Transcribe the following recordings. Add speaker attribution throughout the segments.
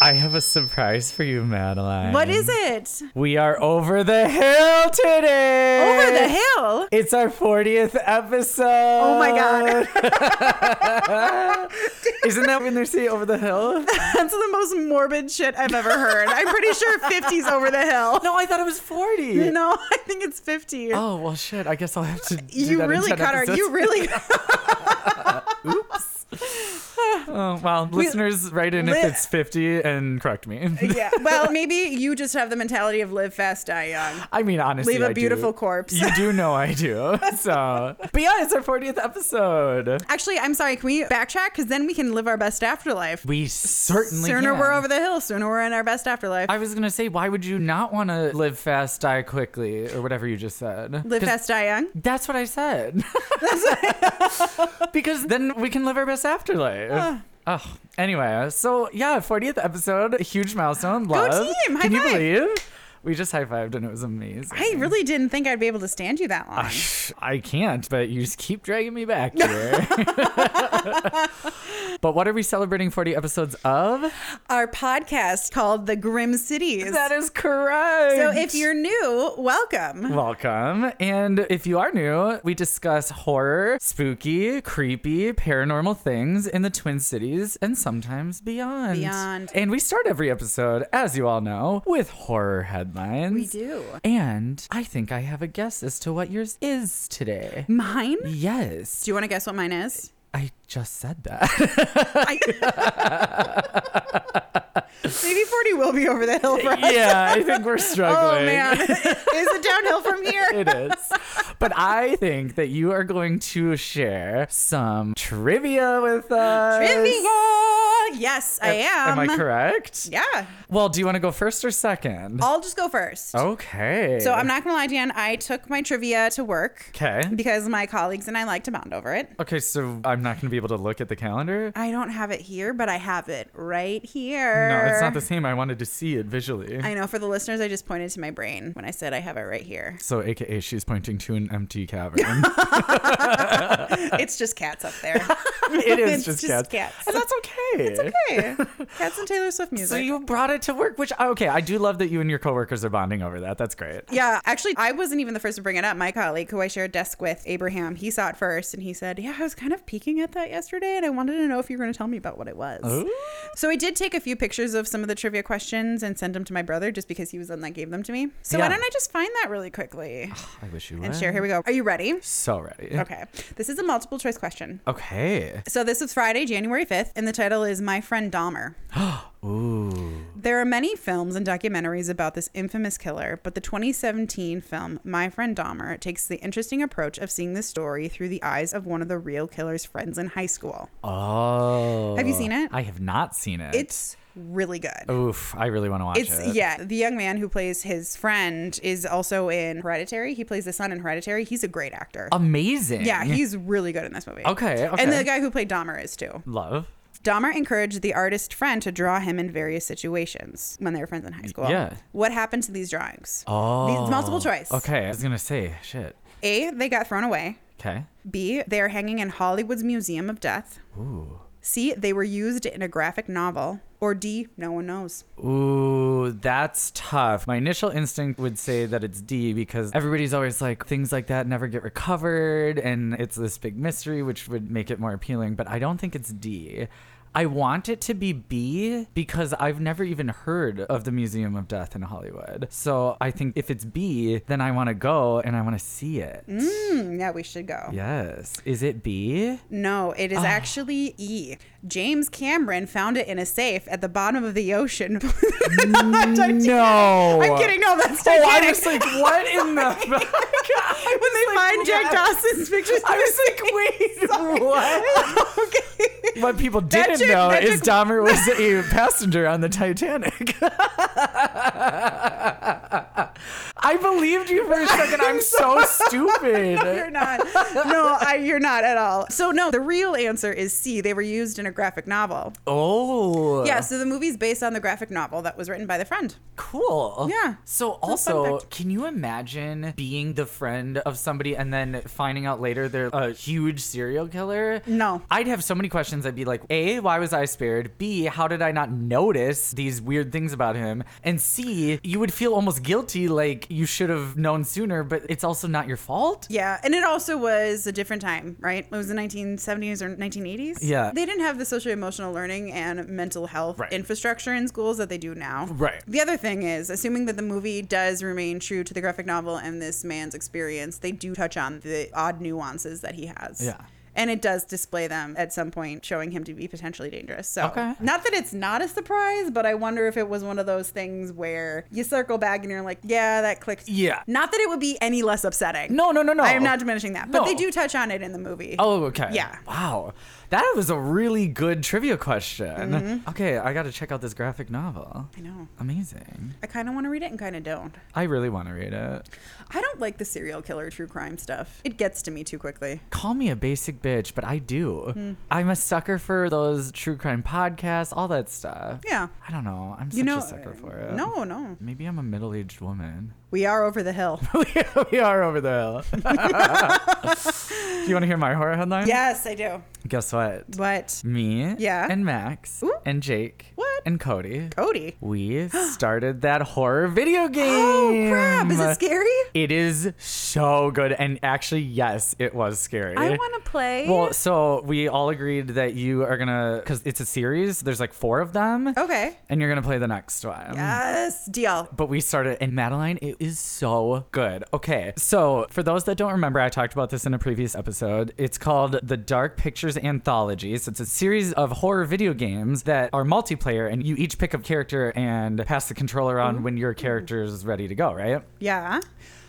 Speaker 1: I have a surprise for you, Madeline.
Speaker 2: What is it?
Speaker 1: We are over the hill today.
Speaker 2: Over the hill.
Speaker 1: It's our 40th episode.
Speaker 2: Oh my god.
Speaker 1: Isn't that when they say over the hill?
Speaker 2: That's the most morbid shit I've ever heard. I'm pretty sure 50's over the hill.
Speaker 1: No, I thought it was 40.
Speaker 2: No, I think it's 50.
Speaker 1: Oh, well, shit. I guess I'll have to. do
Speaker 2: you
Speaker 1: that in
Speaker 2: really
Speaker 1: 10
Speaker 2: cut our
Speaker 1: episodes.
Speaker 2: you really
Speaker 1: Oh, well, listeners, write in if
Speaker 2: Li-
Speaker 1: it's 50 and correct me.
Speaker 2: Yeah. Well, maybe you just have the mentality of live fast, die young.
Speaker 1: I mean, honestly,
Speaker 2: Leave
Speaker 1: a
Speaker 2: a beautiful corpse.
Speaker 1: You do know I do. So, but yeah, it's our 40th episode.
Speaker 2: Actually, I'm sorry. Can we backtrack? Because then we can live our best afterlife.
Speaker 1: We certainly
Speaker 2: sooner
Speaker 1: can.
Speaker 2: we're over the hill, sooner we're in our best afterlife.
Speaker 1: I was gonna say, why would you not want to live fast, die quickly, or whatever you just said?
Speaker 2: live
Speaker 1: 'Cause
Speaker 2: fast, die young.
Speaker 1: That's what I said. because then we can live our best afterlife.
Speaker 2: Ah.
Speaker 1: Oh, anyway, so yeah, 40th episode, a huge milestone. Love.
Speaker 2: team! High
Speaker 1: can you
Speaker 2: five.
Speaker 1: believe? We just high fived and it was amazing.
Speaker 2: I really didn't think I'd be able to stand you that long.
Speaker 1: I can't, but you just keep dragging me back here. but what are we celebrating 40 episodes of?
Speaker 2: Our podcast called The Grim Cities.
Speaker 1: That is correct.
Speaker 2: So if you're new, welcome.
Speaker 1: Welcome. And if you are new, we discuss horror, spooky, creepy, paranormal things in the Twin Cities and sometimes beyond.
Speaker 2: Beyond.
Speaker 1: And we start every episode, as you all know, with horror headlines.
Speaker 2: We do.
Speaker 1: And I think I have a guess as to what yours is today.
Speaker 2: Mine? Do
Speaker 1: Yes.
Speaker 2: you want to guess what mine is?
Speaker 1: I just said that.
Speaker 2: I- Maybe 40 will be over the hill for us.
Speaker 1: yeah, I think we're
Speaker 2: Oh,
Speaker 1: struggling.
Speaker 2: man. is it downhill from here?
Speaker 1: it is. But I think that you are going to share some trivia with us.
Speaker 2: Trivia! Yes, I
Speaker 1: Am
Speaker 2: am.
Speaker 1: I correct?
Speaker 2: Yeah.
Speaker 1: Well, do you want to go first or second?
Speaker 2: I'll just go first.
Speaker 1: Okay.
Speaker 2: So I'm not going to lie, Dan. I took my trivia to work
Speaker 1: Okay.
Speaker 2: because my colleagues and I like to bond over it.
Speaker 1: Okay, so I'm not going to be able to look at the calendar?
Speaker 2: I don't have it here, but I have it right here.
Speaker 1: No, it's not the same. I wanted to see it visually.
Speaker 2: I know. For the listeners, I just pointed to my brain when I said I have it right here.
Speaker 1: so, AKA, she's pointing to an empty cavern.
Speaker 2: it's just cats up there.
Speaker 1: it is
Speaker 2: It's
Speaker 1: just, cats.
Speaker 2: just cats.
Speaker 1: And that's okay. It's
Speaker 2: Hey, cats and Taylor Swift music.
Speaker 1: So, you brought it to work, which, okay, I do love that you and your coworkers are bonding over that. That's great.
Speaker 2: Yeah, actually, I wasn't even the first to bring it up. My colleague, who I shared desk with, Abraham, he saw it first and he said, Yeah, I was kind of peeking at that yesterday and I wanted to know if you were going to tell me about what it was.
Speaker 1: Ooh.
Speaker 2: So I did take a few pictures of some of the trivia questions and send them to my brother just because he was the one that gave them to me. So
Speaker 1: Yeah.
Speaker 2: why don't I just find that really quickly
Speaker 1: I wish you would.
Speaker 2: and share? Here we go. Are you ready?
Speaker 1: So ready.
Speaker 2: Okay. This is a multiple choice question.
Speaker 1: Okay.
Speaker 2: So this is Friday, January 5th, and the title is My Friend Dahmer.
Speaker 1: Ooh.
Speaker 2: There are many films and documentaries about this infamous killer, but the 2017 film My Friend Dahmer takes the interesting approach of seeing this story through the eyes of one of the real killer's friends in high school.
Speaker 1: Oh.
Speaker 2: Have you seen it?
Speaker 1: I have not seen it.
Speaker 2: It's really good.
Speaker 1: Oof, I really want to watch
Speaker 2: It's
Speaker 1: it.
Speaker 2: yeah, the young man who plays his friend is also in Hereditary. He plays the son in Hereditary. He's a great actor.
Speaker 1: Amazing.
Speaker 2: yeah, he's really good in this movie.
Speaker 1: Okay, okay.
Speaker 2: And the guy who played Dahmer is too.
Speaker 1: Love.
Speaker 2: Dahmer encouraged the artist friend to draw him in various situations when they were friends in high school.
Speaker 1: Yeah.
Speaker 2: What happened to these drawings?
Speaker 1: Oh.
Speaker 2: These- multiple choice.
Speaker 1: Okay, I was going to say, shit.
Speaker 2: A, they got thrown away.
Speaker 1: Okay.
Speaker 2: B, they are hanging in Hollywood's Museum of Death.
Speaker 1: Ooh.
Speaker 2: C, they were used in a graphic novel. Or D, no one knows.
Speaker 1: Ooh, that's tough. My initial instinct would say that it's D because everybody's always like, things like that never get recovered and it's this big mystery, which would make it more appealing. But I don't think it's D. I want it to be B because I've never even heard of the Museum of Death in Hollywood. So I think if it's B, then I want to go and I want to see it.
Speaker 2: Hmm, yeah, we should go.
Speaker 1: Yes. Is it B?
Speaker 2: No, it is
Speaker 1: Ah.
Speaker 2: actually E. James Cameron found it in a safe at the bottom of the ocean. Titanic.
Speaker 1: No.
Speaker 2: I'm kidding. No,
Speaker 1: Oh,
Speaker 2: that's Titanic.
Speaker 1: I was like, what in the?
Speaker 2: when they find Jack Dawson's pictures,
Speaker 1: I was like, wait, what?
Speaker 2: okay.
Speaker 1: What people didn't
Speaker 2: took-
Speaker 1: know
Speaker 2: that
Speaker 1: is
Speaker 2: took-
Speaker 1: Dahmer was a passenger on the Titanic. I believed you for a second. I'm so
Speaker 2: You're
Speaker 1: stupid.
Speaker 2: not. No, I, you're not at all. So no, the real answer is C. They were used in a graphic novel.
Speaker 1: Oh,
Speaker 2: Yeah, so the movie's based on the graphic novel that was written by the friend.
Speaker 1: Cool.
Speaker 2: Yeah.
Speaker 1: So
Speaker 2: a fun
Speaker 1: also,
Speaker 2: fact.
Speaker 1: can you imagine being the friend of somebody and then finding out later they're a huge serial killer?
Speaker 2: No.
Speaker 1: I'd have so many questions. I'd be like, A, why was I spared? B, how did I not notice these weird things about him? And C, you would feel almost guilty like you should have known sooner, but it's also not your fault.
Speaker 2: Yeah, and it also was a different time, right? It was the 1970s or 1980s.
Speaker 1: Yeah.
Speaker 2: They didn't have the socio emotional learning and mental health
Speaker 1: Right.
Speaker 2: infrastructure in schools that they do now.
Speaker 1: Right.
Speaker 2: The other thing is, assuming that the movie does remain true to the graphic novel and this man's experience, they do touch on the odd nuances that he has.
Speaker 1: Yeah.
Speaker 2: And it does display them at some point, showing him to be potentially dangerous. So,
Speaker 1: Okay.
Speaker 2: not that it's not a surprise, but I wonder if it was one of those things where you circle back and you're like, yeah, that clicked.
Speaker 1: Yeah.
Speaker 2: Not that it would be any less upsetting.
Speaker 1: No, no, no, no.
Speaker 2: I am not diminishing that, but
Speaker 1: No.
Speaker 2: they do touch on it in the movie.
Speaker 1: Oh, okay.
Speaker 2: Yeah.
Speaker 1: Wow. That was a really good trivia question.
Speaker 2: Mm-hmm.
Speaker 1: Okay, I got to check out this graphic novel.
Speaker 2: I know.
Speaker 1: Amazing.
Speaker 2: I kind of want to read it and kind of don't.
Speaker 1: I really want to read it.
Speaker 2: I don't like the serial killer true crime stuff. It gets to me too quickly.
Speaker 1: Call me a basic bitch, but I do.
Speaker 2: Hmm.
Speaker 1: I'm a sucker for those true crime podcasts, all that stuff.
Speaker 2: Yeah.
Speaker 1: I don't know. I'm such
Speaker 2: You know,
Speaker 1: a sucker for it.
Speaker 2: No, no.
Speaker 1: Maybe I'm a middle aged woman.
Speaker 2: We are over the hill.
Speaker 1: we are over the hill. do you want to hear my horror headline?
Speaker 2: yes, I do.
Speaker 1: Guess what?
Speaker 2: But
Speaker 1: Me
Speaker 2: Yeah.
Speaker 1: and Max
Speaker 2: Ooh.
Speaker 1: and Jake
Speaker 2: What?
Speaker 1: and Cody.
Speaker 2: Cody.
Speaker 1: We started that horror video game.
Speaker 2: Oh, crap. Is it scary?
Speaker 1: It is so good. And actually, yes, it was scary.
Speaker 2: I want to play.
Speaker 1: Well, so we all agreed that you are gonna, because it's a series. There's like four of them,
Speaker 2: okay.
Speaker 1: and you're gonna play the next one.
Speaker 2: Yes, deal.
Speaker 1: But we started, and Madeline, it is so good. Okay, so for those that don't remember, I talked about this in a previous episode. It's called the Dark Pictures Anthology. So it's a series of horror video games that are multiplayer, and you each pick a character and pass the controller on when your character is ready to go, right?
Speaker 2: Yeah.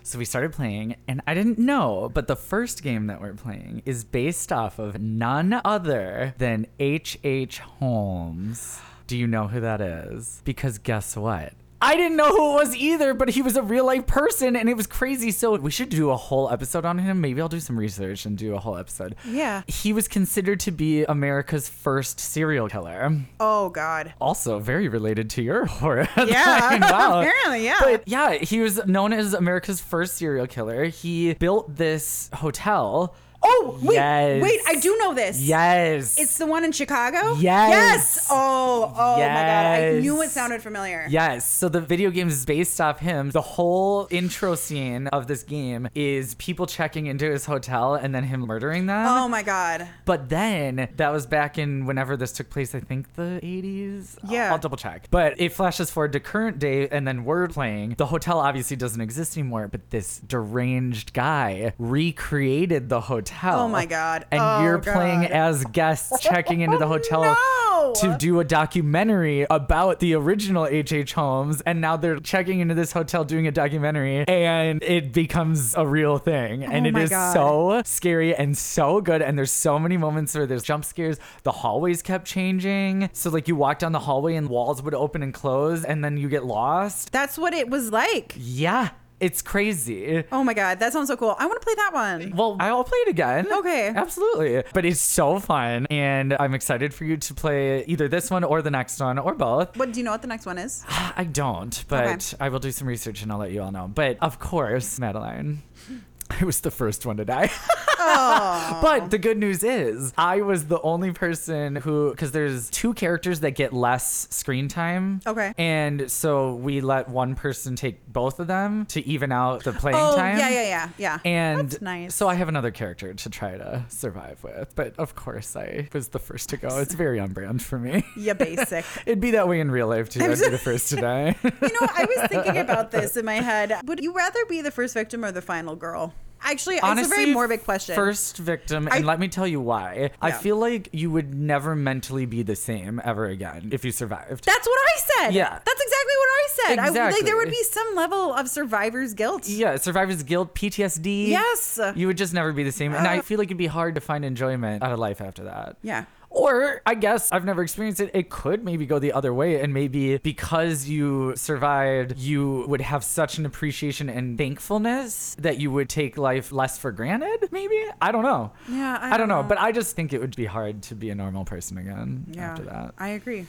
Speaker 1: So we started playing, and I didn't know, but the first game that we're playing is based off of none other than H.H. H. Holmes. Do you know who that is? Because guess what? I didn't know who it was either, but he was a real life person and it was crazy. So we should do a whole episode on him. Maybe I'll do some research and do a whole episode.
Speaker 2: Yeah.
Speaker 1: He was considered to be America's first serial killer.
Speaker 2: Oh, God.
Speaker 1: Also, very related to your horror.
Speaker 2: Yeah.
Speaker 1: headline. wow.
Speaker 2: Apparently, yeah.
Speaker 1: But yeah, he was known as America's first serial killer. He built this hotel.
Speaker 2: oh, wait.
Speaker 1: Yes.
Speaker 2: Wait, I do know this.
Speaker 1: Yes.
Speaker 2: It's the one in Chicago?
Speaker 1: Yes.
Speaker 2: Yes. Oh, oh my God. I
Speaker 1: Yes.
Speaker 2: knew it sounded familiar.
Speaker 1: Yes, so the video game is based off him. The whole intro scene of this game is people checking into his hotel and then him murdering them.
Speaker 2: Oh my God.
Speaker 1: But then that was back in whenever this took place, I think the 80s. I'll-
Speaker 2: Yeah.
Speaker 1: I'll, double check. But it flashes forward to current day, and then we're playing. The hotel obviously doesn't exist anymore, but this deranged guy recreated the hotel.
Speaker 2: Oh my God.
Speaker 1: And
Speaker 2: Oh
Speaker 1: you're
Speaker 2: God.
Speaker 1: playing as guests checking into the hotel.
Speaker 2: Oh, No.
Speaker 1: To do a documentary about the original H.H. Holmes, and now they're checking into this hotel doing a documentary, and it becomes a real thing. And
Speaker 2: Oh
Speaker 1: it
Speaker 2: my
Speaker 1: is
Speaker 2: God.
Speaker 1: so scary and so good. And there's so many moments where there's jump scares. The hallways kept changing. So, like, you walk down the hallway and walls would open and close, and then you get lost.
Speaker 2: That's what it was like.
Speaker 1: Yeah, it's crazy.
Speaker 2: Oh my God. That sounds so cool. I want to play that one.
Speaker 1: Well, I'll play it again.
Speaker 2: Okay.
Speaker 1: Absolutely. But it's so fun. And I'm excited for you to play either this one or the next one or both.
Speaker 2: What do you know what the next one is?
Speaker 1: I don't, but I will do some research and I'll let you all know. But of course, Madeline, I was the first one to die. but the good news is, I was the only person who, because there's two characters that get less screen time.
Speaker 2: Okay.
Speaker 1: And so we let one person take both of them to even out the playing
Speaker 2: Oh,
Speaker 1: time.
Speaker 2: yeah, yeah, yeah, yeah.
Speaker 1: And
Speaker 2: That's nice.
Speaker 1: so I have another character to try to survive with. But of course, I was the first to go. It's very on brand for me.
Speaker 2: Yeah, basic.
Speaker 1: It'd be that way in real life too. I'd be the first to die.
Speaker 2: you know, I was thinking about this in my head. Would you rather be the first victim or the final girl? Actually, it's a very morbid question.
Speaker 1: First victim, and
Speaker 2: I-
Speaker 1: let me tell you why. I
Speaker 2: Yeah.
Speaker 1: feel like you would never mentally be the same ever again if you survived.
Speaker 2: That's what I said.
Speaker 1: Yeah.
Speaker 2: That's exactly what I said. I, like, there would
Speaker 1: Exactly.
Speaker 2: be some level of survivor's guilt.
Speaker 1: yeah, survivor's guilt, PTSD.
Speaker 2: Yes.
Speaker 1: You would just never be the same. And I
Speaker 2: Uh.
Speaker 1: feel like it'd be hard to find enjoyment out of life after that.
Speaker 2: Yeah.
Speaker 1: Or I guess I've never experienced it. It could maybe go the other way, and maybe because you survived, you would have such an appreciation and thankfulness that you would take life less for granted. Maybe I don't know.
Speaker 2: Yeah, I
Speaker 1: don't
Speaker 2: don't
Speaker 1: know.
Speaker 2: know.
Speaker 1: But I just think it would be hard to be a normal person again after that.
Speaker 2: I agree.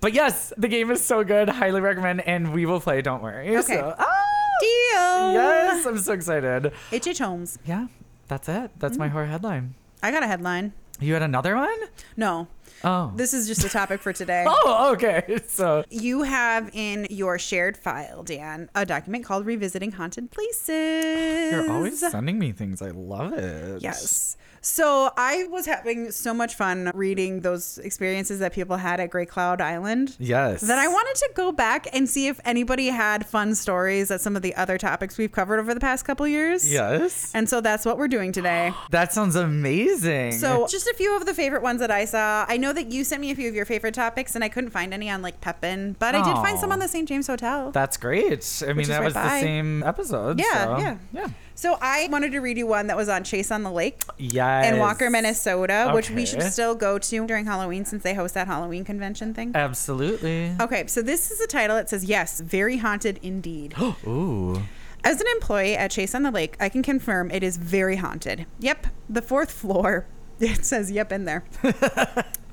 Speaker 1: But yes, the game is so good. Highly recommend, and we will play. Don't worry.
Speaker 2: Okay.
Speaker 1: So, ah,
Speaker 2: Deal.
Speaker 1: yes, I'm so excited.
Speaker 2: H.H. H. Holmes.
Speaker 1: Yeah, that's it. That's
Speaker 2: Mm.
Speaker 1: my horror headline.
Speaker 2: I got a headline.
Speaker 1: You had another one?
Speaker 2: No,
Speaker 1: Oh.
Speaker 2: this is just a topic for today.
Speaker 1: oh, okay. So
Speaker 2: You have in your shared file, Dan, a document called Revisiting Haunted Places.
Speaker 1: you're always sending me things. I love it.
Speaker 2: Yes. So I was having so much fun reading those experiences that people had at Great Cloud Island.
Speaker 1: Yes.
Speaker 2: That I wanted to go back and see if anybody had fun stories at some of the other topics we've covered over the past couple years.
Speaker 1: Yes.
Speaker 2: And so that's what we're doing today.
Speaker 1: That sounds amazing.
Speaker 2: So, just a few of the favorite ones that I saw. I know that you sent me a few of your favorite topics, and I couldn't find any on like Pepin, but I did find some
Speaker 1: Aw.
Speaker 2: on the St. James Hotel.
Speaker 1: that's great. I mean,
Speaker 2: is
Speaker 1: that
Speaker 2: right
Speaker 1: was
Speaker 2: by.
Speaker 1: the same episode.
Speaker 2: Yeah,
Speaker 1: so-
Speaker 2: yeah.
Speaker 1: yeah.
Speaker 2: so, I wanted to read you one that was on Chase on the Lake
Speaker 1: Yes.
Speaker 2: in Walker, Minnesota, which we should
Speaker 1: Okay.
Speaker 2: still go to during Halloween since they host that Halloween convention
Speaker 1: Uh,
Speaker 2: thing.
Speaker 1: Absolutely.
Speaker 2: Okay, so this is a title that says, Yes, very haunted indeed.
Speaker 1: Ooh.
Speaker 2: As an employee at Chase on the Lake, I can confirm it is very haunted. Yep, the fourth floor. It says yep in there.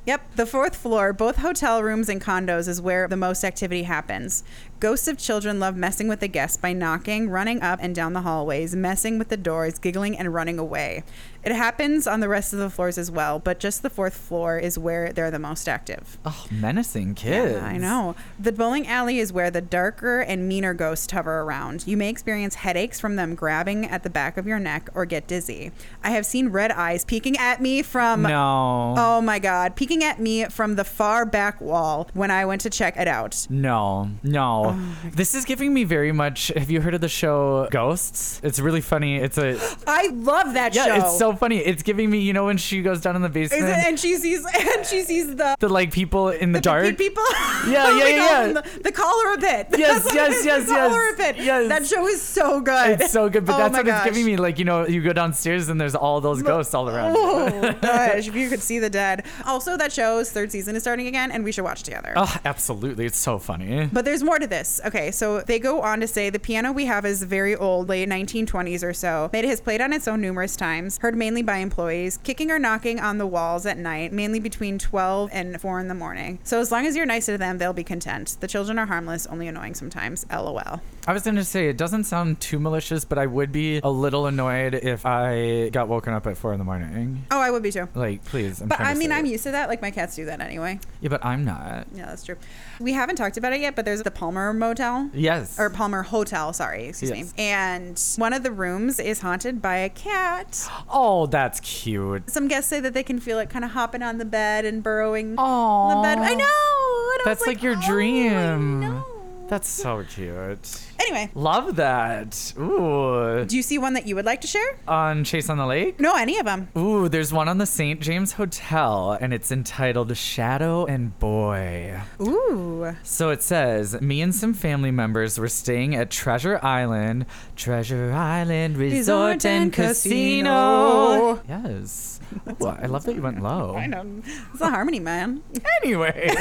Speaker 2: Yep, the fourth floor, both hotel rooms and condos, is where the most activity happens. Ghosts of children love messing with the guests by knocking, running up and down the hallways, messing with the doors, giggling, and running away. It happens on the rest of the floors as well, but just the fourth floor is where they're the most active.
Speaker 1: Oh, menacing kids.
Speaker 2: I know. The bowling alley is where the darker and meaner ghosts hover around. You may experience headaches from them grabbing at the back of your neck or get dizzy. I have seen red eyes peeking at me from.
Speaker 1: No.
Speaker 2: Oh my God, peeking at me from the far back wall when I went to check it out.
Speaker 1: No,
Speaker 2: Oh
Speaker 1: no. this is giving me very much. Have you heard of the show Ghosts? It's really funny. It's a
Speaker 2: I love that
Speaker 1: yeah.
Speaker 2: show.
Speaker 1: It's so funny. It's giving me. You know when she goes down in the
Speaker 2: Is
Speaker 1: basement,
Speaker 2: it, and she sees and she sees the
Speaker 1: the like people in the,
Speaker 2: the
Speaker 1: dark.
Speaker 2: pit people.
Speaker 1: Yeah,
Speaker 2: Oh my
Speaker 1: yeah,
Speaker 2: God,
Speaker 1: yeah.
Speaker 2: The, the cholera pit.
Speaker 1: Yes,
Speaker 2: That's what
Speaker 1: yes,
Speaker 2: it is,
Speaker 1: yes,
Speaker 2: the
Speaker 1: yes.
Speaker 2: Cholera pit.
Speaker 1: Yes.
Speaker 2: That show is so good.
Speaker 1: It's so good, but
Speaker 2: Oh
Speaker 1: that's
Speaker 2: my
Speaker 1: what
Speaker 2: gosh.
Speaker 1: it's giving me. Like you know, you go downstairs and there's all those ghosts all around. you.
Speaker 2: Oh gosh, if you could see the dead. Also, that show's third season is starting again, and we should watch together.
Speaker 1: Oh, absolutely. It's so funny.
Speaker 2: But there's more to this. Okay, so they go on to say the piano we have is very old, late 1920s or so. It has played on its own numerous times, heard mainly by employees, kicking or knocking on the walls at night, mainly between 12 and 4 in the morning. So as long as you're nice to them, they'll be content. The children are harmless, only annoying sometimes. LOL.
Speaker 1: I was going to say, it doesn't sound too malicious, but I would be a little annoyed if I got woken up at four in the morning.
Speaker 2: Oh, I would be too.
Speaker 1: Like, please. I'm
Speaker 2: But
Speaker 1: trying
Speaker 2: I
Speaker 1: to
Speaker 2: mean,
Speaker 1: say
Speaker 2: I'm
Speaker 1: it.
Speaker 2: used to that. Like, my cats do that anyway.
Speaker 1: Yeah, but I'm not.
Speaker 2: Yeah, that's true. We haven't talked about it yet, but there's the Palmer Motel.
Speaker 1: Yes.
Speaker 2: or Palmer Hotel, sorry, excuse
Speaker 1: Yes.
Speaker 2: me. And one of the rooms is haunted by a cat.
Speaker 1: oh, that's cute.
Speaker 2: Some guests say that they can feel it kind of hopping on the bed and burrowing on
Speaker 1: Oh.
Speaker 2: the bed. I know. And I was
Speaker 1: That's like, your
Speaker 2: "Oh, I
Speaker 1: dream.
Speaker 2: know."
Speaker 1: That's so cute.
Speaker 2: anyway.
Speaker 1: Love that. Ooh.
Speaker 2: Do you see one that you would like to share?
Speaker 1: On Chase on the Lake?
Speaker 2: No, any of them.
Speaker 1: Ooh, there's one on the St. James Hotel, and it's entitled Shadow and Boy.
Speaker 2: Ooh.
Speaker 1: So it says, me and some family members were staying at Treasure Island, Treasure Island Resort and Casino. Yes. Ooh, I love that you went low.
Speaker 2: I know. It's a harmony, man.
Speaker 1: Anyway,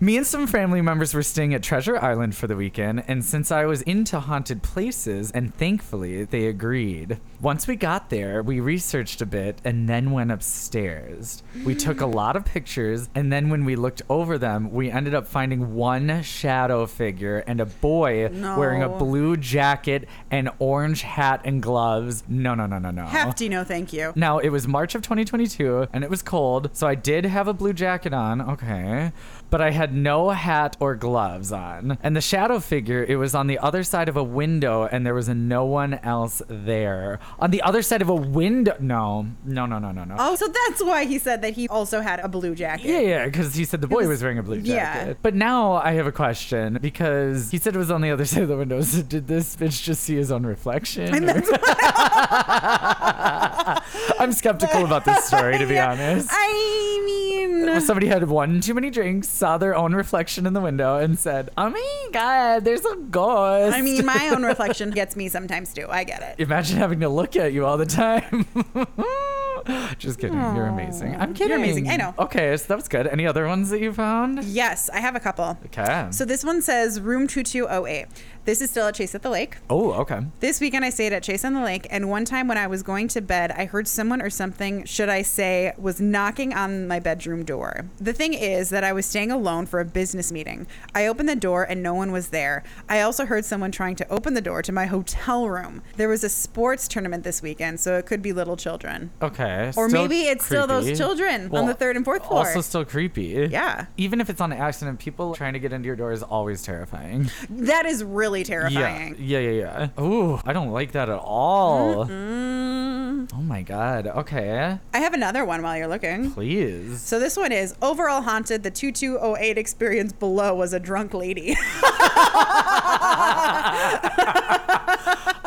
Speaker 1: me and some family members were staying at Treasure Island for the weekend, and since I was into haunted places, and thankfully they agreed. Once we got there, we researched a bit and then went upstairs. We took a lot of pictures, and then when we looked over them, we ended up finding one shadow figure and a boy wearing a
Speaker 2: No.
Speaker 1: blue jacket and orange hat and gloves. No, no, no, no, no.
Speaker 2: Hefty, no thank you.
Speaker 1: Now, it was March of 2022 and it was cold, so I did have a blue jacket on, okay, but I had no hat or gloves on. And the shadow figure, it was on the other side of a window and there was no one else there. On the other side of a window? No, no, no, no, no, no.
Speaker 2: Oh, so that's why he said that he also had a blue jacket.
Speaker 1: Yeah, yeah, because he said the boy was,
Speaker 2: was-
Speaker 1: wearing a blue
Speaker 2: yeah.
Speaker 1: jacket. But now I have a question because he said it was on the other side of the window. So did this bitch just see his own reflection?
Speaker 2: And
Speaker 1: or-
Speaker 2: that's why,
Speaker 1: I'm skeptical about this story, to be honest.
Speaker 2: I mean,
Speaker 1: Well, Somebody had one too many drinks, saw their own reflection in the window, and said, "Oh my god, there's a ghost."
Speaker 2: I mean, my own reflection gets me sometimes too. I get it.
Speaker 1: imagine having to look at you all the time. Just kidding. You're amazing.
Speaker 2: Aw.
Speaker 1: I'm kidding.
Speaker 2: You're amazing. I know.
Speaker 1: Okay, so that was good. Any other ones that you found?
Speaker 2: Yes, I have a couple.
Speaker 1: Okay.
Speaker 2: So this one says room 2208. This is still at Chase at the Lake.
Speaker 1: oh, okay.
Speaker 2: This weekend I stayed at Chase on the Lake, and one time when I was going to bed, I heard someone or something, should I say, was knocking on my bedroom door. The thing is that I was staying alone for a business meeting. I opened the door and no one was there. I also heard someone trying to open the door to my hotel room. There was a sports tournament this weekend, so it could be little children.
Speaker 1: Okay. still
Speaker 2: Or maybe it's still those
Speaker 1: creepy.
Speaker 2: children
Speaker 1: Well,
Speaker 2: on the third and fourth floor.
Speaker 1: Also, still creepy.
Speaker 2: Yeah.
Speaker 1: Even if it's on accident, people trying to get into your door is always terrifying.
Speaker 2: that is really terrifying.
Speaker 1: Yeah, yeah, yeah, yeah. Ooh, I don't like that at all.
Speaker 2: Mm.
Speaker 1: Oh my god. Okay,
Speaker 2: I have another one while you're looking.
Speaker 1: please.
Speaker 2: So this one is overall haunted. The 2208 experience below was a drunk lady.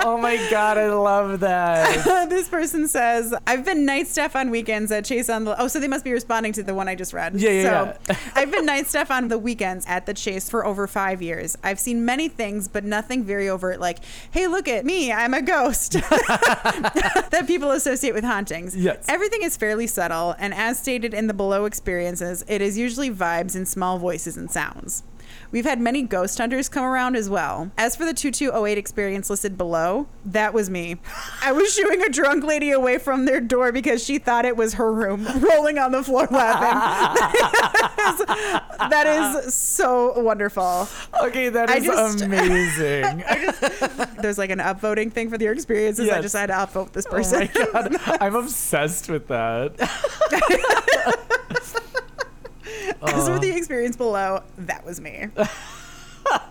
Speaker 1: oh my god, I love that.
Speaker 2: this person says, I've been night staff on weekends at Chase on the. Oh, so they must be responding to the one I just read.
Speaker 1: Yeah, yeah,
Speaker 2: So I've been night staff on the weekends at the Chase for over five years. I've seen many things, but nothing very overt like, hey, look at me, I'm a ghost, that people associate with hauntings.
Speaker 1: Yes.
Speaker 2: Everything is fairly subtle, and as stated in the below experiences, it is usually vibes and small voices and sounds. We've had many ghost hunters come around as well. As for the 2208 experience listed below, that was me. I was shooing a drunk lady away from their door because she thought it was her room, rolling on the floor laughing. that is so wonderful.
Speaker 1: Okay, that
Speaker 2: I
Speaker 1: is
Speaker 2: just-
Speaker 1: amazing.
Speaker 2: There's like an upvoting thing for the experiences. I
Speaker 1: Yes.
Speaker 2: just had to upvote this
Speaker 1: Oh my
Speaker 2: person.
Speaker 1: god, I'm obsessed with that.
Speaker 2: As for the experience below, that was me.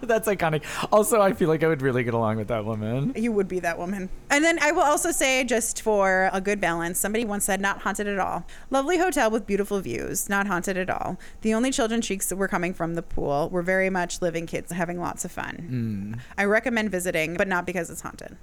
Speaker 1: That's iconic. Also, I feel like I would really get along with that woman.
Speaker 2: You would be that woman. And then I will also say, just for a good balance, somebody once said, not haunted at all. Lovely hotel with beautiful views, not haunted at all. The only children cheeks that were coming from the pool were very much living kids having lots of
Speaker 1: Hmm.
Speaker 2: fun. I recommend visiting, but not because it's haunted.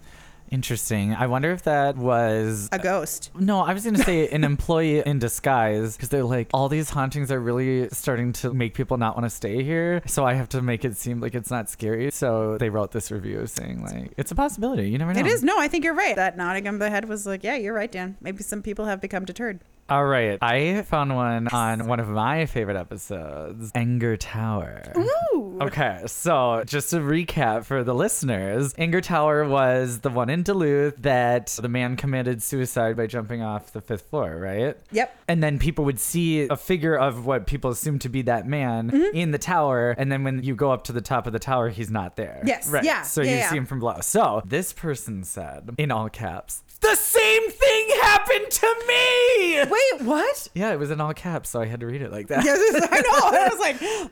Speaker 1: Interesting. I wonder if that was
Speaker 2: A ghost.
Speaker 1: No, I was going to say an employee in disguise because they're like, all these hauntings are really starting to make people not want to stay here. So I have to make it seem like it's not scary. So they wrote this review saying, like, it's a possibility. You never know.
Speaker 2: It is. No, I think you're right. That nodding of the head was like, yeah, you're right, Dan. Maybe some people have become deterred.
Speaker 1: All right. I found one on one of my favorite episodes Anger Tower.
Speaker 2: Ooh.
Speaker 1: Okay, so just to recap for the listeners, Inger Tower was the one in Duluth that the man committed suicide by jumping off the fifth floor, right?
Speaker 2: Yep.
Speaker 1: And then people would see a figure of what people assume to be that man
Speaker 2: Mm-hmm.
Speaker 1: in the tower. And then when you go up to the top of the tower, he's not there.
Speaker 2: Yes,
Speaker 1: Right.
Speaker 2: yeah,
Speaker 1: So
Speaker 2: yeah,
Speaker 1: you
Speaker 2: yeah.
Speaker 1: see him from below. So this person said, in all caps, the same thing happened to me.
Speaker 2: Wait, what?
Speaker 1: Yeah, it was in all caps, so I had to read it like that.
Speaker 2: Yeah, this is- I know. I was like,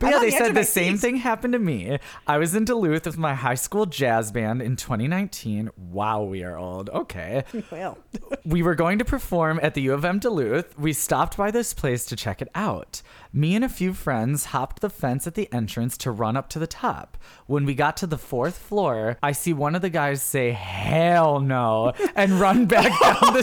Speaker 1: But
Speaker 2: I'm
Speaker 1: yeah,
Speaker 2: on
Speaker 1: they
Speaker 2: edge of
Speaker 1: said
Speaker 2: my
Speaker 1: the same
Speaker 2: seat.
Speaker 1: thing happened to me. I was in Duluth with my high school jazz band in 2019. Wow, we are old. Okay.
Speaker 2: Well,
Speaker 1: we were going to perform at the U of M Duluth. We stopped by this place to check it out. Me and a few friends hopped the fence at the entrance to run up to the top. When we got to the fourth floor, I see one of the guys say, Hell no, and run back down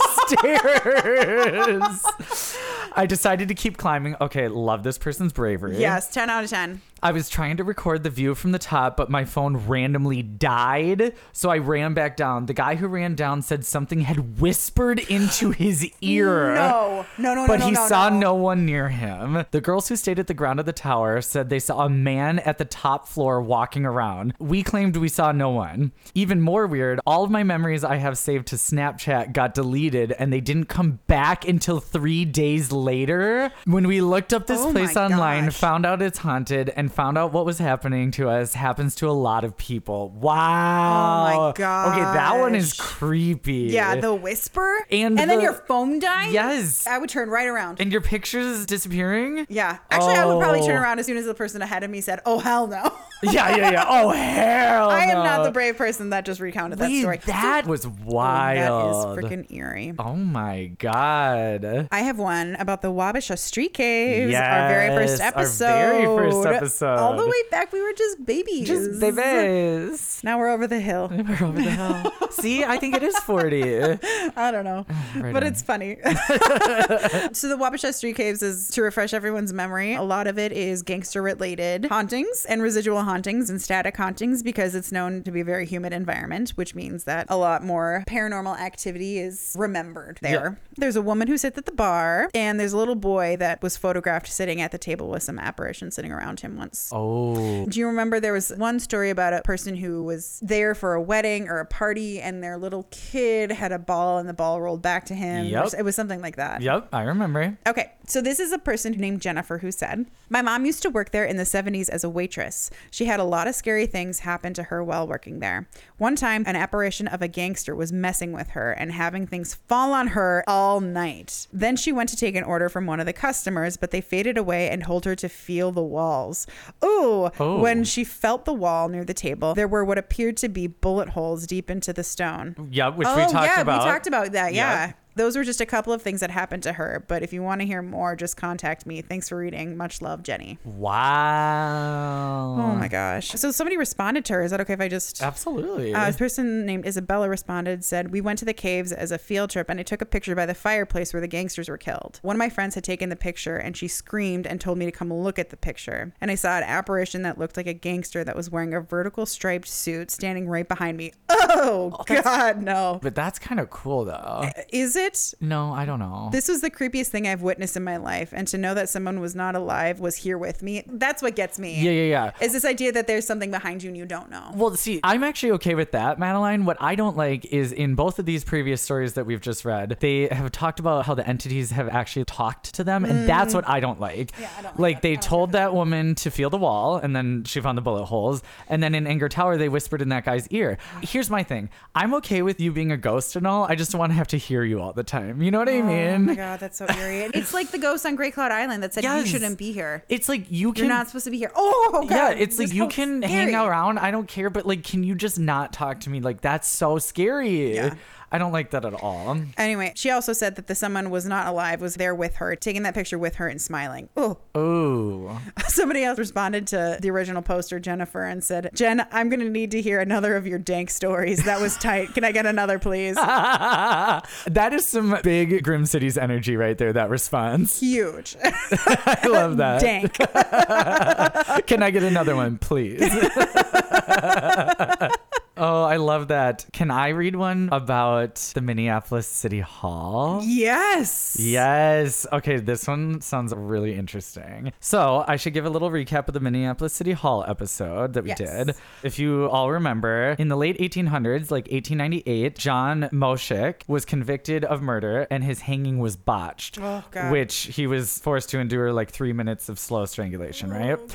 Speaker 1: the stairs. I decided to keep climbing. Okay, love this person's bravery.
Speaker 2: yes, 10 out of 10.
Speaker 1: I was trying to record the view from the top, but my phone randomly died. So I ran back down. The guy who ran down said something had whispered into his ear.
Speaker 2: No, no, no,
Speaker 1: But
Speaker 2: no,
Speaker 1: he
Speaker 2: no,
Speaker 1: saw
Speaker 2: no.
Speaker 1: one near him. The girls who stayed at the ground of the tower said they saw a man at the top floor walking around. We claimed we saw no one. Even more weird, all of my memories I have saved to Snapchat got deleted and they didn't come back until three days later. When we looked up this
Speaker 2: Oh my
Speaker 1: place online,
Speaker 2: gosh.
Speaker 1: found out it's haunted, and found out what was happening to us happens to a lot of people. Wow.
Speaker 2: Oh my
Speaker 1: Okay, that one is
Speaker 2: gosh.
Speaker 1: creepy.
Speaker 2: Yeah, the whisper.
Speaker 1: And
Speaker 2: then
Speaker 1: the-
Speaker 2: your phone dying?
Speaker 1: Yes.
Speaker 2: I would turn right around.
Speaker 1: And your pictures disappearing?
Speaker 2: yeah. Actually, I would probably turn
Speaker 1: Oh.
Speaker 2: around as soon as the person ahead of me said, oh, hell no.
Speaker 1: yeah, yeah, yeah. Oh hell!
Speaker 2: I am
Speaker 1: no.
Speaker 2: not the brave person that just recounted that
Speaker 1: Wait,
Speaker 2: story.
Speaker 1: That was
Speaker 2: that is
Speaker 1: wild.
Speaker 2: freaking eerie.
Speaker 1: Oh my god.
Speaker 2: I have one about the Wabasha Street Caves, our very first
Speaker 1: Yes,
Speaker 2: episode.
Speaker 1: Our very first episode.
Speaker 2: All the way back, we were just babies.
Speaker 1: Just babies.
Speaker 2: Now we're over the hill.
Speaker 1: We're over the hill. See, I think it is 40.
Speaker 2: I don't know.
Speaker 1: Right
Speaker 2: but
Speaker 1: on.
Speaker 2: it's funny. so the Wabasha Street Caves is to refresh everyone's memory. A lot of it is gangster related hauntings and residual hauntings and static hauntings because it's known to be a very humid environment, which means that a lot more paranormal activity is remembered there. There's a woman who sits at the bar and there's a little boy that was photographed sitting at the table with some apparition sitting around him once.
Speaker 1: Oh.
Speaker 2: Do you remember there was one story about a person who was there for a wedding or a party and their little kid had a ball and the ball rolled back to him?
Speaker 1: Yep.
Speaker 2: It was something like that.
Speaker 1: Yep, I remember.
Speaker 2: Okay, so this is a person named Jennifer who said, My mom used to work there in the 70s as a waitress. She had a lot of scary things happen to her while working there. One time, an apparition of a gangster was messing with her and having things fall on her all night. Then she went to take an order from one of the customers, but they faded away and told her to feel the walls. Ooh,
Speaker 1: Oh.
Speaker 2: when she felt the wall near the table, there were what appeared to be bullet holes deep into the stone
Speaker 1: Yep, which we talked
Speaker 2: Oh, yeah,
Speaker 1: about.
Speaker 2: we talked about that. Yeah.
Speaker 1: Yeah.
Speaker 2: Those were just a couple of things that happened to her. But if you want to hear more, just contact me. Thanks for reading. Much love, Jenny.
Speaker 1: Wow.
Speaker 2: Oh my gosh. So somebody responded to her. Is that okay if I just.
Speaker 1: Absolutely.
Speaker 2: Uh, a person named Isabella responded, said, We went to the caves as a field trip and I took a picture by the fireplace where the gangsters were killed. One of my friends had taken the picture and she screamed and told me to come look at the picture. And I saw an apparition that looked like a gangster that was wearing a vertical striped suit standing right behind me. Oh, God, no.
Speaker 1: but that's kind of cool, though.
Speaker 2: Is it?
Speaker 1: No, I don't know.
Speaker 2: eh, This was the creepiest thing I've witnessed in my life, and to know that someone was not alive was here with me. That's what gets me.
Speaker 1: yeah, Mm. yeah, yeah.
Speaker 2: Is this idea that there's something behind you and you don't know?
Speaker 1: Well, see, I'm actually okay with that, Madeline. What I don't like is in both of these previous stories that we've just read, they have talked about how the entities have actually talked to them, and that's what I don't like.
Speaker 2: Mm. Yeah, I don't like
Speaker 1: like
Speaker 2: that. I
Speaker 1: they
Speaker 2: don't
Speaker 1: told that woman to feel the wall, and then she found the bullet holes, and then in Anger Tower they whispered in that guy's ear. Here's my thing: I'm okay with you being a ghost and all. I just don't want to have to hear you all the time. You know what I
Speaker 2: Oh
Speaker 1: mean?
Speaker 2: my god, that's so eerie. It's like the ghost on Grey Cloud Island that said
Speaker 1: Yes.
Speaker 2: you shouldn't be here.
Speaker 1: It's like you can
Speaker 2: You're not supposed to be here. Oh god.
Speaker 1: yeah, it's like
Speaker 2: that's
Speaker 1: you
Speaker 2: so
Speaker 1: can
Speaker 2: scary.
Speaker 1: hang around. I don't care, but like, can you just not talk to me? Like, that's so scary.
Speaker 2: Yeah.
Speaker 1: I don't like that at all.
Speaker 2: Anyway, she also said that the someone was not alive was there with her, taking that picture with her and smiling. Oh,
Speaker 1: Oh,
Speaker 2: somebody else responded to the original poster, Jennifer, and said, "Jen, I'm gonna need to hear another of your dank stories. That was tight. Can I get another, please?"
Speaker 1: that is some big Grim Cities energy right there. That response,
Speaker 2: Huge.
Speaker 1: I love that.
Speaker 2: dank.
Speaker 1: Can I get another one, please? oh, I love that. Can I read one about the Minneapolis City Hall?
Speaker 2: Yes.
Speaker 1: Yes. Okay, this one sounds really interesting. So, I should give a little recap of the Minneapolis City Hall episode that we
Speaker 2: Yes.
Speaker 1: did. If you all remember, in the late 1800s, like 1898, John Moschik was convicted of murder and his hanging was botched,
Speaker 2: Oh, God.
Speaker 1: which he was forced to endure like three minutes of slow strangulation, right?
Speaker 2: Oh.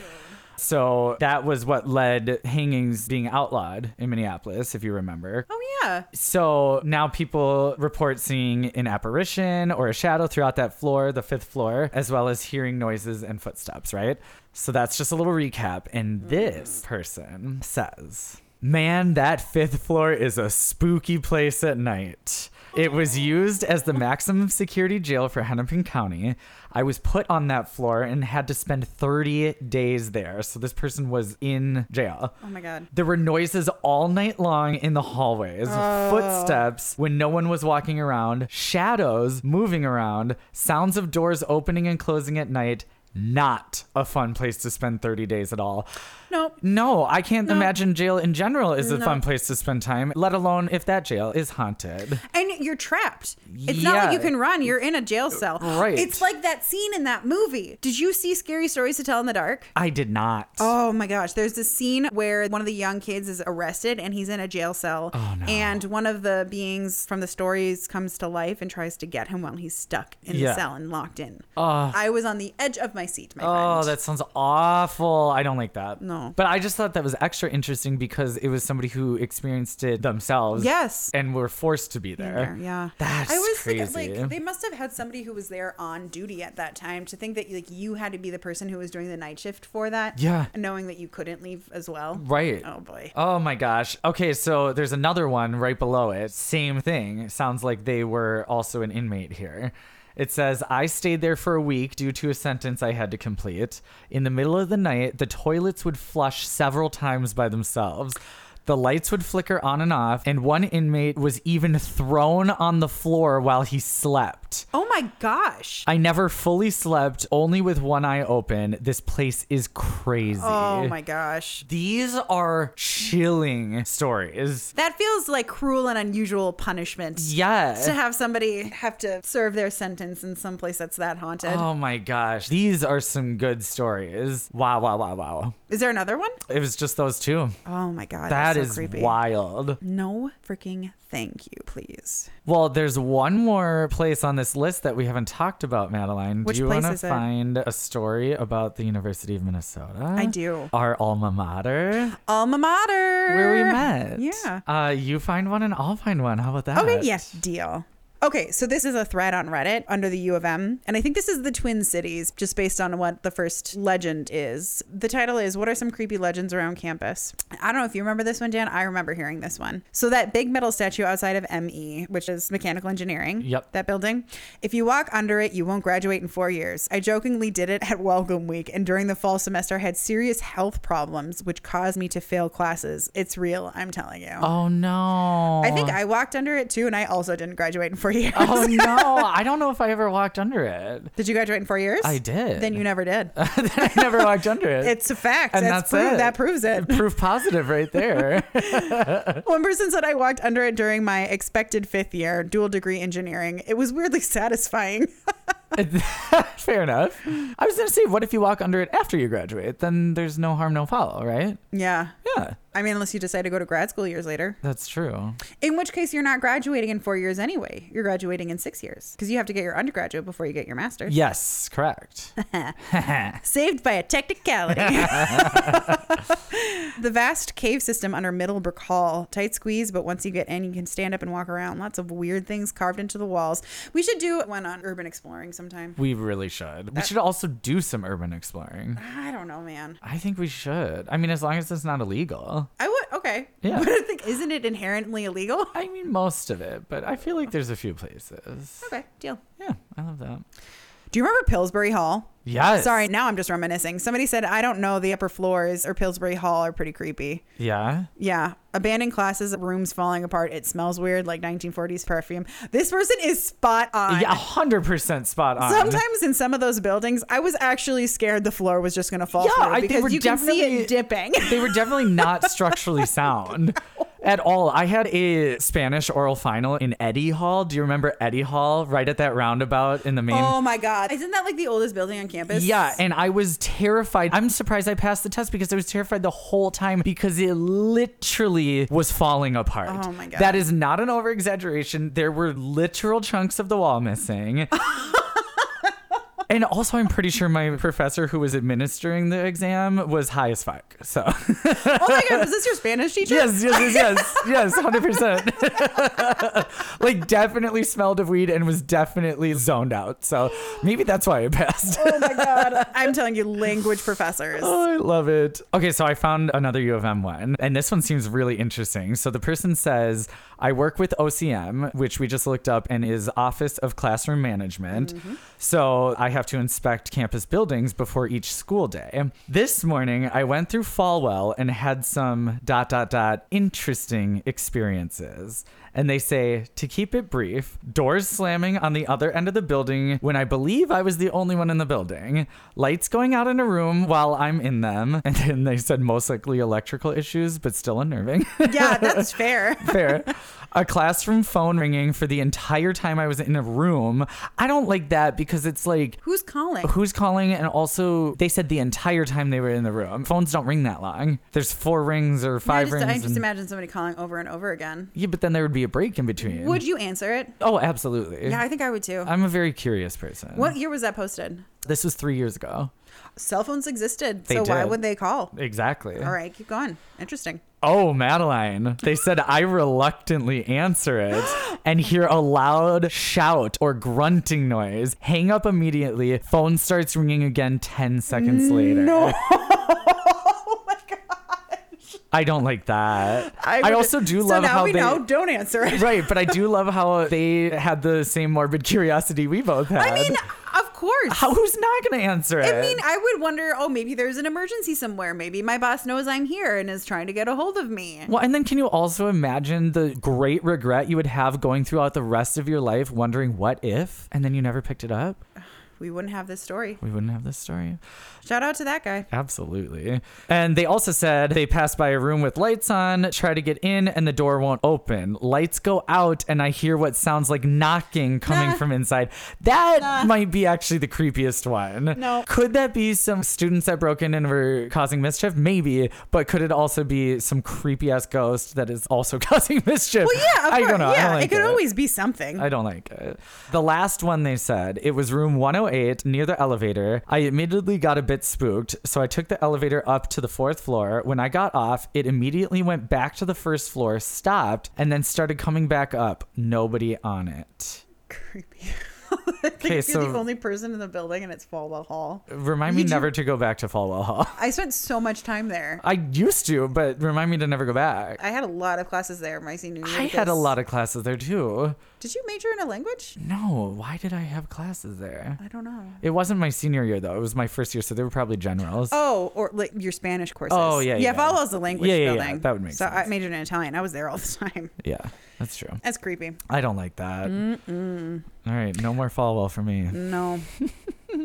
Speaker 1: So that was what led hangings being outlawed in Minneapolis, if you remember.
Speaker 2: Oh yeah.
Speaker 1: So now people report seeing an apparition or a shadow throughout that floor, the fifth floor, as well as hearing noises and footsteps, right? So that's just a little recap. And this person says, Man, that fifth floor is a spooky place at night. It was used as the maximum security jail for Hennepin County. I was put on that floor and had to spend 30 days there. So this person was in jail.
Speaker 2: Oh my god.
Speaker 1: There were noises all night long in the hallways, footsteps when no one was walking around, shadows moving around, sounds of doors opening and closing at night. Not a fun place to spend 30 days at all.
Speaker 2: Nope.
Speaker 1: No, I can't
Speaker 2: No.
Speaker 1: imagine jail in general is a
Speaker 2: No.
Speaker 1: fun place to spend time, let alone if that jail is haunted.
Speaker 2: And you're trapped. It's not like
Speaker 1: Yeah. Uh,
Speaker 2: you can run. You're in a jail cell.
Speaker 1: Right.
Speaker 2: It's like that scene in that movie. Did you see Scary Stories to Tell in the Dark?
Speaker 1: I did not.
Speaker 2: Oh my gosh. There's this scene where one of the young kids is arrested and he's in a jail cell.
Speaker 1: Oh, no.
Speaker 2: And one of the beings from the stories comes to life and tries to get him while he's stuck in
Speaker 1: Yeah.
Speaker 2: the cell and locked in.
Speaker 1: Ah.
Speaker 2: I was on the edge of my seat, my
Speaker 1: Oh,
Speaker 2: friend.
Speaker 1: that sounds awful. I don't like that.
Speaker 2: No.
Speaker 1: But I just thought that was extra interesting because it was somebody who experienced it themselves.
Speaker 2: Yes.
Speaker 1: And were forced to be there.
Speaker 2: Yeah,
Speaker 1: That's
Speaker 2: I always think
Speaker 1: crazy.
Speaker 2: of, like they must have had somebody who was there on duty at that time to think that like you had to be the person who was doing the night shift for that.
Speaker 1: Yeah.
Speaker 2: knowing that you couldn't leave as well.
Speaker 1: Right.
Speaker 2: Oh boy.
Speaker 1: Oh my gosh. Okay, so there's another one right below it. Same thing. Sounds like they were also an inmate here. It says, I stayed there for a week due to a sentence I had to complete. In the middle of the night, the toilets would flush several times by themselves. The lights would flicker on and off, and one inmate was even thrown on the floor while he slept.
Speaker 2: Oh my gosh.
Speaker 1: I never fully slept, only with one eye open. This place is crazy.
Speaker 2: Oh my gosh.
Speaker 1: These are chilling stories.
Speaker 2: That feels like cruel and unusual punishment. To
Speaker 1: Yeah.
Speaker 2: have somebody have to serve their sentence in some place that's that haunted.
Speaker 1: Oh my gosh. These are some good stories. Wow, wow, wow, wow.
Speaker 2: Is there another one?
Speaker 1: It was just those two.
Speaker 2: Oh my god.
Speaker 1: That
Speaker 2: that's
Speaker 1: is
Speaker 2: so creepy.
Speaker 1: wild.
Speaker 2: No freaking thank you, please.
Speaker 1: Well, there's one more place on this list that we haven't talked about, Madeline.
Speaker 2: Which
Speaker 1: do you
Speaker 2: place
Speaker 1: wanna
Speaker 2: is it?
Speaker 1: find a story about the University of Minnesota?
Speaker 2: I do.
Speaker 1: Our alma mater,
Speaker 2: Alma mater.
Speaker 1: where we met.
Speaker 2: Yeah.
Speaker 1: Uh, you find one and I'll find one. How about that?
Speaker 2: Okay, yes, deal. Okay, so this is a thread on Reddit under the U of M, and I think this is the Twin Cities, just based on what the first legend is. The title is What Are Some Creepy Legends Around Campus? I don't know if you remember this one, Dan. I remember hearing this one. So, that big metal statue outside of ME, which is mechanical engineering,
Speaker 1: Yep.
Speaker 2: that building, if you walk under it, you won't graduate in four years. I jokingly did it at Welcome Week, and during the fall semester, had serious health problems, which caused me to fail classes. It's real, I'm telling you.
Speaker 1: Oh no.
Speaker 2: I think I walked under it too, and I also didn't graduate in four years.
Speaker 1: Oh no! I don't know if I ever walked under it.
Speaker 2: did you graduate in four years?
Speaker 1: I did.
Speaker 2: Then you never did.
Speaker 1: Then I never walked under it.
Speaker 2: It's a fact.
Speaker 1: And that's
Speaker 2: that's proof-
Speaker 1: it.
Speaker 2: That proves it.
Speaker 1: proof positive right there.
Speaker 2: One person said I walked under it during my expected fifth year, dual degree engineering. It was weirdly satisfying.
Speaker 1: Fair enough. I was gonna say, what if you walk under it after you graduate? Then there's no harm, no foul, right?
Speaker 2: yeah.
Speaker 1: Yeah,
Speaker 2: I mean, unless you decide to go to grad school years later,
Speaker 1: that's true.
Speaker 2: in which case you're not graduating in four years anyway. You're graduating in six years because you have to get your undergraduate before you get your master's.
Speaker 1: Yes, correct.
Speaker 2: Saved by a technicality. the vast cave system under Middlebrook Hall. Tight squeeze, but once you get in, you can stand up and walk around. Lots of weird things carved into the walls. We should do one on urban exploring sometime.
Speaker 1: we really should. We should also do some urban exploring.
Speaker 2: I don't know, man.
Speaker 1: I think we should. I mean, as long as it's not illegal.
Speaker 2: I would okay.
Speaker 1: Yeah.
Speaker 2: But I think isn't it inherently illegal?
Speaker 1: I mean, most of it, but I feel like there's a few places.
Speaker 2: Okay, deal.
Speaker 1: Yeah, I love that.
Speaker 2: Do you remember Pillsbury Hall?
Speaker 1: Yes.
Speaker 2: Sorry, now I'm just reminiscing. Somebody said, I don't know, the upper floors or Pillsbury Hall are pretty creepy.
Speaker 1: Yeah.
Speaker 2: Yeah, abandoned classes, rooms falling apart. It smells weird, like 1940s perfume. This person is spot on.
Speaker 1: Yeah, hundred percent spot on.
Speaker 2: Sometimes in some of those buildings, I was actually scared the floor was just going to fall
Speaker 1: Yeah,
Speaker 2: through
Speaker 1: I- they
Speaker 2: because
Speaker 1: were
Speaker 2: you can see
Speaker 1: definitely-
Speaker 2: it dipping.
Speaker 1: they were definitely not structurally sound at all. I had a Spanish oral final in Eddie Hall. Do you remember Eddie Hall right at that roundabout in the main?
Speaker 2: oh my god! Isn't that like the oldest building on campus?
Speaker 1: Yeah, and I was terrified. I'm surprised I passed the test because I was terrified the whole time because it literally was falling apart.
Speaker 2: Oh my God.
Speaker 1: That is not an over exaggeration. There were literal chunks of the wall missing. And also, I'm pretty sure my professor who was administering the exam was high as fuck. So,
Speaker 2: oh my god! Was this your Spanish teacher?
Speaker 1: yes, yes, yes, yes, yes, 100%. like, definitely smelled of weed and was definitely zoned out. So, maybe that's why I passed.
Speaker 2: Oh my god! I'm telling you, language professors.
Speaker 1: Oh, I love it. Okay, so I found another U of M one, and this one seems really interesting. So the person says, I work with OCM, which we just looked up and is Office of Classroom Management. So I have to inspect campus buildings before each school day. This morning, I went through Falwell and had some dot dot dot interesting experiences. And they say, to keep it brief, doors slamming on the other end of the building when I believe I was the only one in the building, lights going out in a room while I'm in them. And then they said most likely electrical issues, but still unnerving.
Speaker 2: Yeah, that's fair.
Speaker 1: Fair. a classroom phone ringing for the entire time I was in a room. I don't like that because it's like,
Speaker 2: Who's calling?
Speaker 1: Who's calling? And also, they said the entire time they were in the room. Phones don't ring that long. There's four rings or
Speaker 2: I
Speaker 1: five
Speaker 2: just, I
Speaker 1: rings.
Speaker 2: just
Speaker 1: and-
Speaker 2: imagine somebody calling over and over again.
Speaker 1: yeah, but then there would be a break in between.
Speaker 2: Would you answer it?
Speaker 1: Oh, absolutely.
Speaker 2: Yeah, I think I would too.
Speaker 1: I'm a very curious person.
Speaker 2: what year was that posted?
Speaker 1: This was three years ago.
Speaker 2: Cell phones existed,
Speaker 1: They
Speaker 2: so why
Speaker 1: did.
Speaker 2: would they call?
Speaker 1: Exactly.
Speaker 2: All right, keep going. Interesting.
Speaker 1: Oh, Madeline. They said I reluctantly answer it and hear a loud shout or grunting noise. Hang up immediately. Phone starts ringing again 10 seconds later.
Speaker 2: oh my gosh.
Speaker 1: I don't like that. I,
Speaker 2: would-
Speaker 1: also do love
Speaker 2: So now
Speaker 1: how
Speaker 2: we
Speaker 1: they
Speaker 2: know. Don't answer it.
Speaker 1: Right, but I do love how they had the same morbid curiosity we both had.
Speaker 2: I mean, of course.
Speaker 1: how who's not going to answer it?
Speaker 2: I mean, I would wonder, oh, maybe there's an emergency somewhere. Maybe my boss knows I'm here and is trying to get a hold of me.
Speaker 1: Well, and then can you also imagine the great regret you would have going throughout the rest of your life wondering what if, and then you never picked it up?
Speaker 2: We wouldn't have this story.
Speaker 1: We wouldn't have this story.
Speaker 2: Shout out to that guy.
Speaker 1: Absolutely. And they also said they passed by a room with lights on, try to get in, and the door won't open. Lights go out, and I hear what sounds like knocking coming
Speaker 2: Nah.
Speaker 1: from inside. That
Speaker 2: Nah.
Speaker 1: might be actually the creepiest one.
Speaker 2: No.
Speaker 1: Could that be some students that broke in and were causing mischief? Maybe. But could it also be some creepy ass ghost that is also causing mischief?
Speaker 2: Well, yeah, of
Speaker 1: I
Speaker 2: course.
Speaker 1: don't know. I
Speaker 2: Yeah,
Speaker 1: don't like
Speaker 2: it could always be something.
Speaker 1: I don't like it. The last one they said, it was room 108 near the elevator. I immediately got a bit spooked, so I took the elevator up to the fourth floor. When I got off, it immediately went back to the first floor, stopped, and then started coming back up. Nobody on it.
Speaker 2: Creepy. I think
Speaker 1: Okay,
Speaker 2: you're
Speaker 1: so-
Speaker 2: the only person in the building and it's Falwell Hall.
Speaker 1: Remind me
Speaker 2: You do-
Speaker 1: never to go back to Falwell Hall.
Speaker 2: I spent so much time there.
Speaker 1: I used to, but remind me to never go back.
Speaker 2: I had a lot of classes there my senior year.
Speaker 1: I had a lot of classes there too.
Speaker 2: Did you major in a language?
Speaker 1: No, why did I have classes there?
Speaker 2: I don't know.
Speaker 1: It wasn't my senior year though. It was my first year, so they were probably generals.
Speaker 2: Oh, or like your Spanish courses.
Speaker 1: Oh, yeah,
Speaker 2: yeah.
Speaker 1: yeah.
Speaker 2: Falwell's the language
Speaker 1: Yeah, yeah, yeah.
Speaker 2: building.
Speaker 1: That would make
Speaker 2: so
Speaker 1: sense.
Speaker 2: I majored in Italian. I was there all the time.
Speaker 1: Yeah, that's true.
Speaker 2: That's creepy.
Speaker 1: I don't like that. All right, no more Falwell for me.
Speaker 2: No.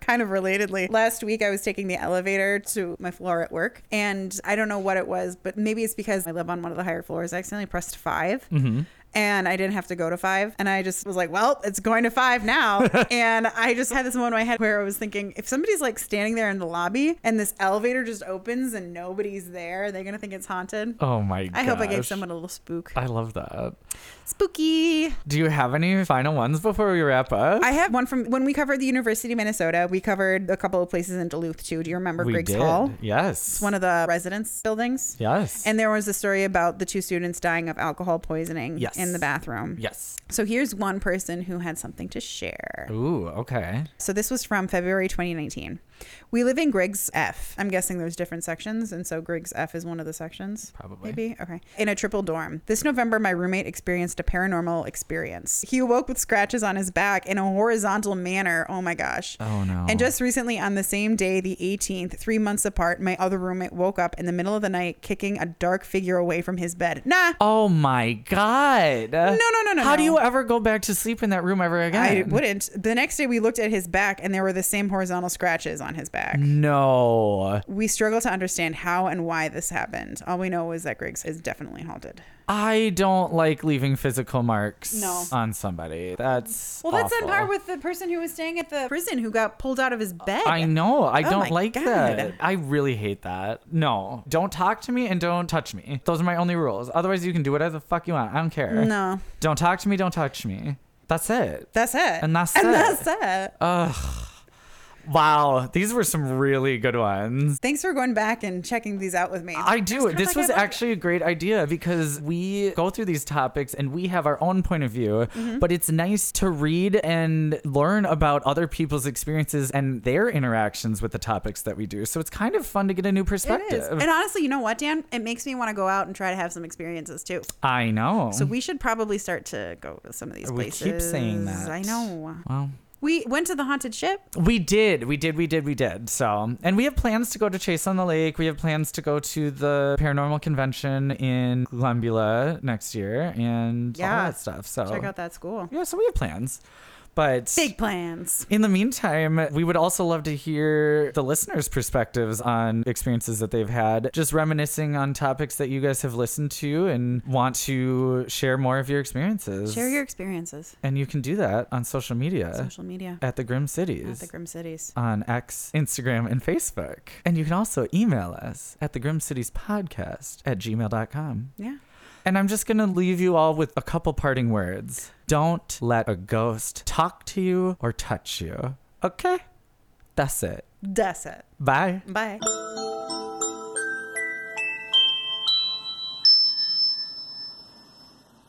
Speaker 2: kind of relatedly, last week I was taking the elevator to my floor at work, and I don't know what it was, but maybe it's because I live on one of the higher floors. I accidentally pressed 5
Speaker 1: Mm-hmm.
Speaker 2: And I didn't have to go to five. And I just was like, well, it's going to five now. and I just had this moment in my head where I was thinking, if somebody's like standing there in the lobby and this elevator just opens and nobody's there, are they going to think it's haunted?
Speaker 1: Oh my
Speaker 2: I hope I gave
Speaker 1: gosh.
Speaker 2: someone a little spook.
Speaker 1: I love that.
Speaker 2: Spooky.
Speaker 1: Do you have any final ones before we wrap up?
Speaker 2: I have one from when we covered the University of Minnesota. We covered a couple of places in Duluth too. Do you remember
Speaker 1: we
Speaker 2: Griggs
Speaker 1: did.
Speaker 2: Hall?
Speaker 1: Yes.
Speaker 2: One of the residence buildings.
Speaker 1: yes.
Speaker 2: And there was a story about the two students dying of alcohol poisoning
Speaker 1: Yes.
Speaker 2: in the bathroom.
Speaker 1: yes.
Speaker 2: So here's one person who had something to share.
Speaker 1: Ooh. Okay.
Speaker 2: So this was from February 2019. We live in Griggs F. I'm guessing there's different sections, and so Griggs F is one of the sections.
Speaker 1: Probably.
Speaker 2: Maybe? Okay. In a triple dorm. This November, my roommate experienced a paranormal experience. He awoke with scratches on his back in a horizontal manner. Oh my gosh.
Speaker 1: Oh no.
Speaker 2: And just recently, on the same day, the 18th, three months apart, my other roommate woke up in the middle of the night kicking a dark figure away from his bed. Nah,
Speaker 1: Oh my god. No
Speaker 2: no, no, no,
Speaker 1: How do
Speaker 2: no.
Speaker 1: you ever go back to sleep in that room ever
Speaker 2: I
Speaker 1: again?
Speaker 2: wouldn't. The next day, we looked at his back, and there were the same horizontal scratches on his back.
Speaker 1: No.
Speaker 2: We struggle to understand how and why this happened. All we know is that Griggs is definitely haunted.
Speaker 1: I don't like leaving physical marks
Speaker 2: No.
Speaker 1: on somebody. That's awful.
Speaker 2: with the person who was staying at the prison who got pulled out of his bed.
Speaker 1: I know. I
Speaker 2: Oh
Speaker 1: don't
Speaker 2: my
Speaker 1: like
Speaker 2: God.
Speaker 1: that. I really hate that. No, don't talk to me and don't touch me. Those are my only rules. Otherwise, you can do whatever the fuck you want. I don't care.
Speaker 2: No,
Speaker 1: Don't talk to me. Don't touch me. That's it.
Speaker 2: that's it.
Speaker 1: And that's
Speaker 2: and
Speaker 1: it. Uh,
Speaker 2: that's it.
Speaker 1: Wow, these were some really good ones.
Speaker 2: Thanks for going back and checking these out with me.
Speaker 1: I do.
Speaker 2: kind of
Speaker 1: This
Speaker 2: like
Speaker 1: was
Speaker 2: I love it.
Speaker 1: actually a great idea because we go through these topics and we have our own point of view,
Speaker 2: Mm-hmm.
Speaker 1: but it's nice to read and learn about other people's experiences and their interactions with the topics that we do. So it's kind of fun to get a new
Speaker 2: It
Speaker 1: perspective.
Speaker 2: is. And honestly, you know what, Dan? It makes me want to go out and try to have some experiences too.
Speaker 1: I know.
Speaker 2: So we should probably start to go to some of these
Speaker 1: We
Speaker 2: places.
Speaker 1: keep saying that.
Speaker 2: I know.
Speaker 1: Well,
Speaker 2: We went to the haunted ship.
Speaker 1: we did, we did, we did, we did. So, and we have plans to go to Chase on the Lake. We have plans to go to the paranormal convention in Glambula next year, and all
Speaker 2: Yeah.
Speaker 1: that stuff. So,
Speaker 2: Check out that school.
Speaker 1: yeah, so we have plans, but.
Speaker 2: Big plans.
Speaker 1: in the meantime, we would also love to hear the listeners' perspectives on experiences that they've had, just reminiscing on topics that you guys have listened to and want to share more of your experiences.
Speaker 2: Share your experiences.
Speaker 1: And you can do that on social media
Speaker 2: Social media.
Speaker 1: at the Grim Cities.
Speaker 2: At the Grim Cities.
Speaker 1: on X, Instagram, and Facebook. And you can also email us at the Grim Cities Podcast at gmail.com.
Speaker 2: Yeah.
Speaker 1: And I'm just going to leave you all with a couple parting words. Don't let a ghost talk to you or touch you. Okay? That's it.
Speaker 2: That's it.
Speaker 1: Bye.
Speaker 2: Bye.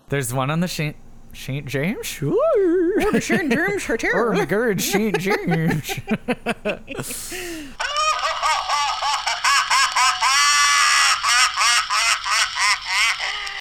Speaker 1: There's one on the St. St. James? Sure.
Speaker 2: Sure, germs, sure,
Speaker 1: Oh
Speaker 2: sure.
Speaker 1: my god, St. James.